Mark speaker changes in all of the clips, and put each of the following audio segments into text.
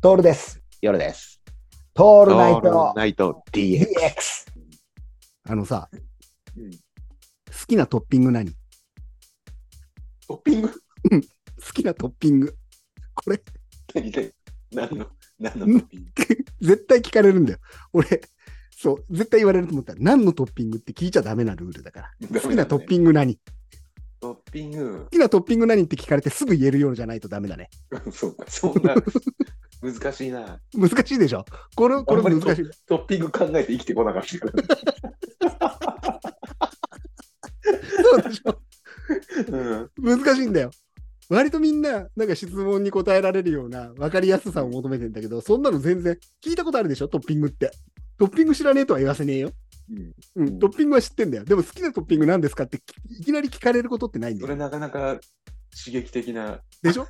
Speaker 1: トールです。
Speaker 2: 夜です。
Speaker 1: ト
Speaker 2: オ
Speaker 1: ールナイト
Speaker 2: ナイト DX。
Speaker 1: DX。
Speaker 3: あのさ、
Speaker 2: うん
Speaker 3: 好きなトッピング何好
Speaker 2: トッピング
Speaker 3: きなトッピング。これ、
Speaker 2: 何何何の何の
Speaker 3: うん
Speaker 2: トッピング
Speaker 3: 絶対聞かれるんだよ。俺、そう、絶対言われると思ったら、何のトッピングって聞いちゃダメなルールだから。好きなトッ
Speaker 2: ング。
Speaker 3: ピング何好
Speaker 2: トッピング。
Speaker 3: きなトッピング何って聞かれてすぐ言えるようじゃないとダメだね。
Speaker 2: そうか、そんな難しいな。
Speaker 3: 難しいでしょこれ、これ
Speaker 2: あんまり
Speaker 3: 難しい。
Speaker 2: トッピング考えて生きてこなかったから。
Speaker 3: そうでしょ
Speaker 2: うん、
Speaker 3: 難しいんだよ。割とみんな、なんか質問に答えられるような分かりやすさを求めてんだけど、そんなの全然聞いたことあるでしょトッピングって。トッピング知らねえとは言わせねえよ。
Speaker 2: う
Speaker 3: う
Speaker 2: ん
Speaker 3: ん、トッピングは知ってんだよ。でも好きなトッピング何ですかってきいきなり聞かれることってないんだ
Speaker 2: そ
Speaker 3: よ。
Speaker 2: れなかなか刺激的な。
Speaker 3: でしょ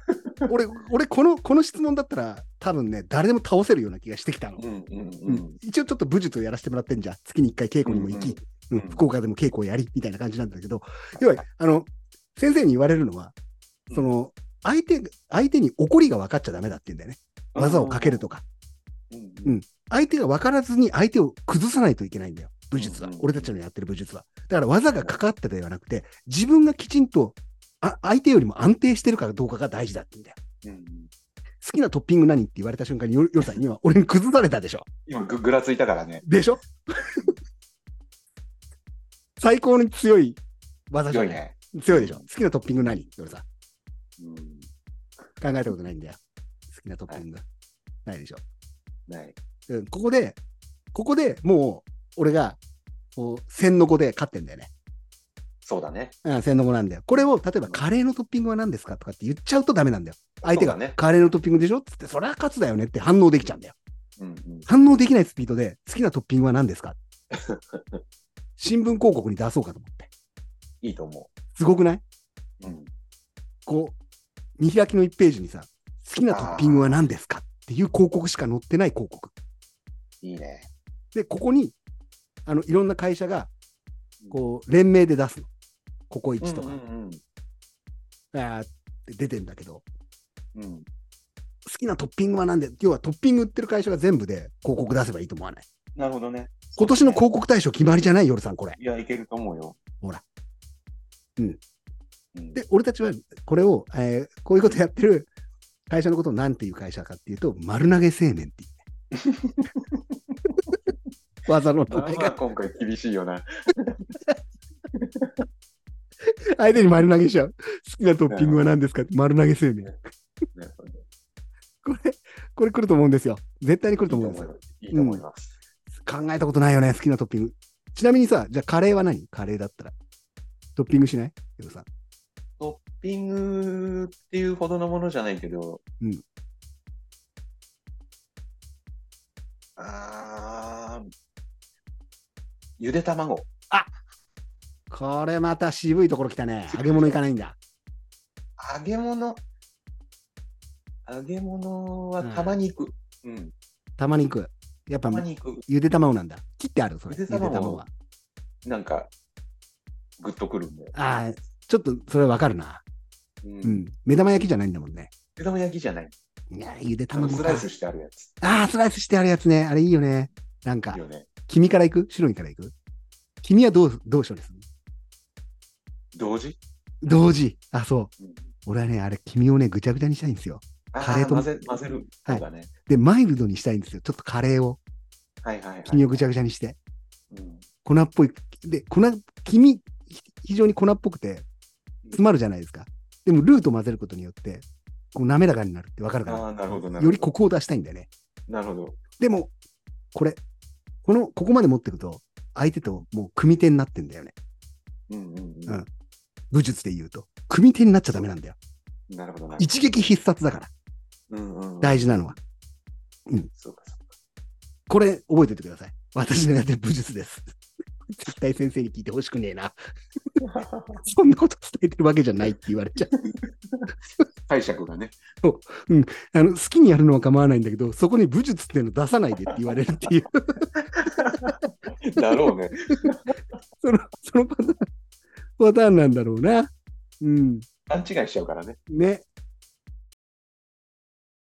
Speaker 3: 俺、俺この、この質問だったら多分ね、誰でも倒せるような気がしてきたの。
Speaker 2: うんうんう
Speaker 3: うんん。一応ちょっと武術をやらせてもらってんじゃん。月に1回稽古にも行き、
Speaker 2: う
Speaker 3: うんん
Speaker 2: うん
Speaker 3: 福岡でも稽古をやりみたいな感じなんだけど、要は、あの、先生に言われるのは、その、相手、相手に怒りが分かっちゃダメだって言うんだよね。技をかけるとか。
Speaker 2: うん。
Speaker 3: うん相手が分からずに相手を崩さないといけないんだよ。武術は
Speaker 2: うんうん。
Speaker 3: 俺たちのやってる武術は。だから技がかかってではなくて、自分がきちんと、あ相手よりも安定してるかどうかが大事だって言うんだよ。
Speaker 2: うん
Speaker 3: 好きなトッピング何って言われた瞬間に、よよさん、今俺に崩されたでしょ。
Speaker 2: 今ぐ、ぐらついたからね。
Speaker 3: でしょ 最高に強い技じゃ
Speaker 2: 強
Speaker 3: ない
Speaker 2: いね。
Speaker 3: 強いでしょ。好きなトッピング何よさん。
Speaker 2: うん。
Speaker 3: 考えたことないんだよ。好きなトッピング。ないでしょ。
Speaker 2: ない。
Speaker 3: うんここで、ここでもう、俺が、こう、千の子で勝ってんだよね。
Speaker 2: そうだね。
Speaker 3: うん、千の子なんだよ。これを、例えば、カレーのトッピングは何ですかとかって言っちゃうとダメなんだよ。相手が、
Speaker 2: そうだね
Speaker 3: カレーのトッピングでしょっつって、それは勝つだよねって反応できちゃうんだよ。
Speaker 2: うんうん。
Speaker 3: 反応できないスピードで、好きなトッピングは何です か新聞広告に出そうかと思って。
Speaker 2: いいと思。
Speaker 3: すごくないう
Speaker 2: うん。
Speaker 3: こう、見開きの1ページにさ、好きなトッピングは何ですかっていう広告しか載ってない広告。
Speaker 2: いいね。
Speaker 3: で、ここに、あの、いろんな会社が、こう、連名で出すの。ココイチとか、
Speaker 2: うん
Speaker 3: あーって出てんだけど、
Speaker 2: うんうん。
Speaker 3: 好きなトッピングは何で、要はトッピング売ってる会社が全部で広告出せばいいと思わない。
Speaker 2: なるほどね。
Speaker 3: 今年の広告大賞決まりじゃない、夜さん、これ。
Speaker 2: いや、いけると思うよ。
Speaker 3: ほら。うん。
Speaker 2: うん、
Speaker 3: で、俺たちはこれを、えーこういうことやってる会社のことを何ていう会社かっていうと、丸投げ製麺っていう ね。技の名
Speaker 2: まあ
Speaker 3: 前
Speaker 2: まあ
Speaker 3: が
Speaker 2: 今回厳し いよな。
Speaker 3: 相手に丸投げしちゃう。好きなトッピングは何ですかって丸投げ製麺。これ、これ来ると思うんですよ。絶対に来ると思うんですよ。
Speaker 2: いいと思います。
Speaker 3: 考えたことないよね、好きなトッピング。ちなみにさ、じゃあカレーは何カレーだったら。トッピングしないヨウさん。
Speaker 2: トッピングっていうほどのものじゃないけど。
Speaker 3: うん
Speaker 2: あーゆで卵。
Speaker 3: これまた渋いところ来たね。揚げ物いかないんだ。
Speaker 2: 揚げ物。揚げ物はたまに行く。うん。
Speaker 3: たまに行く。やったぱ、
Speaker 2: まに行く。
Speaker 3: ゆで卵なんだ。切ってあるそれ。
Speaker 2: ゆ
Speaker 3: ゆ
Speaker 2: で
Speaker 3: で
Speaker 2: 卵
Speaker 3: 卵は。
Speaker 2: なんか、グッとくるんで。
Speaker 3: ああ、ちょっとそれわかるな。
Speaker 2: う。
Speaker 3: うんん。目玉焼きじゃないんだもんね。
Speaker 2: 目玉焼きじゃない。
Speaker 3: いやー、ゆで
Speaker 2: あの
Speaker 3: 卵
Speaker 2: ス
Speaker 3: か
Speaker 2: ライ。スしてあるやつ。
Speaker 3: ああ、スライスしてあるやつね。あれいいよね。なん
Speaker 2: い
Speaker 3: か
Speaker 2: い、よね。
Speaker 3: 黄身からいく白身からいく黄身はどう、どうしようでする
Speaker 2: 同時
Speaker 3: 同時。あ、そう。
Speaker 2: うん
Speaker 3: 俺はね、あれ、黄身をね、ぐちゃぐちゃにしたいんですよ。
Speaker 2: あ
Speaker 3: カレーと
Speaker 2: 混ぜ混ぜる。
Speaker 3: はい
Speaker 2: そうだね。
Speaker 3: で、マイルドにしたいんですよ。ちょっとカレーを、
Speaker 2: はいはいはい。
Speaker 3: 黄身をぐちゃぐちゃにして、
Speaker 2: うん
Speaker 3: 粉っぽい。で、粉、黄身、ひ非常に粉っぽくて、詰まるじゃないですか。でも、ルーと混ぜることによって、こう、滑らかになるってわかるか
Speaker 2: ああ、なるほど、な
Speaker 3: ら、
Speaker 2: るほど。
Speaker 3: よりコクを出したいんだよね。
Speaker 2: なるほど。
Speaker 3: でも、これ、この、ここまで持ってくと、相手ともう組手になってんだよね。
Speaker 2: うんうんう
Speaker 3: うん武術で言うと。組手になっちゃダメなんだよ。
Speaker 2: ん。なるほど、なるほど。
Speaker 3: 一撃必殺だから、
Speaker 2: うんうんうん。
Speaker 3: 大事なのは。
Speaker 2: そうか、そうか。
Speaker 3: これ、覚えておいてください。私のやってる武術です。絶対先生に聞いてほしくねえな。そんなこと伝えてるわけじゃないって言われちゃう。
Speaker 2: 解釈がね。
Speaker 3: あの好きにやるのは構わないんだけど、そこに武術っていうの出さないでって言われるっていう、
Speaker 2: だろうね。
Speaker 3: その、そのパターン、パターンなんだろうな。うん。
Speaker 2: 勘違いしちゃうからね。
Speaker 3: ね。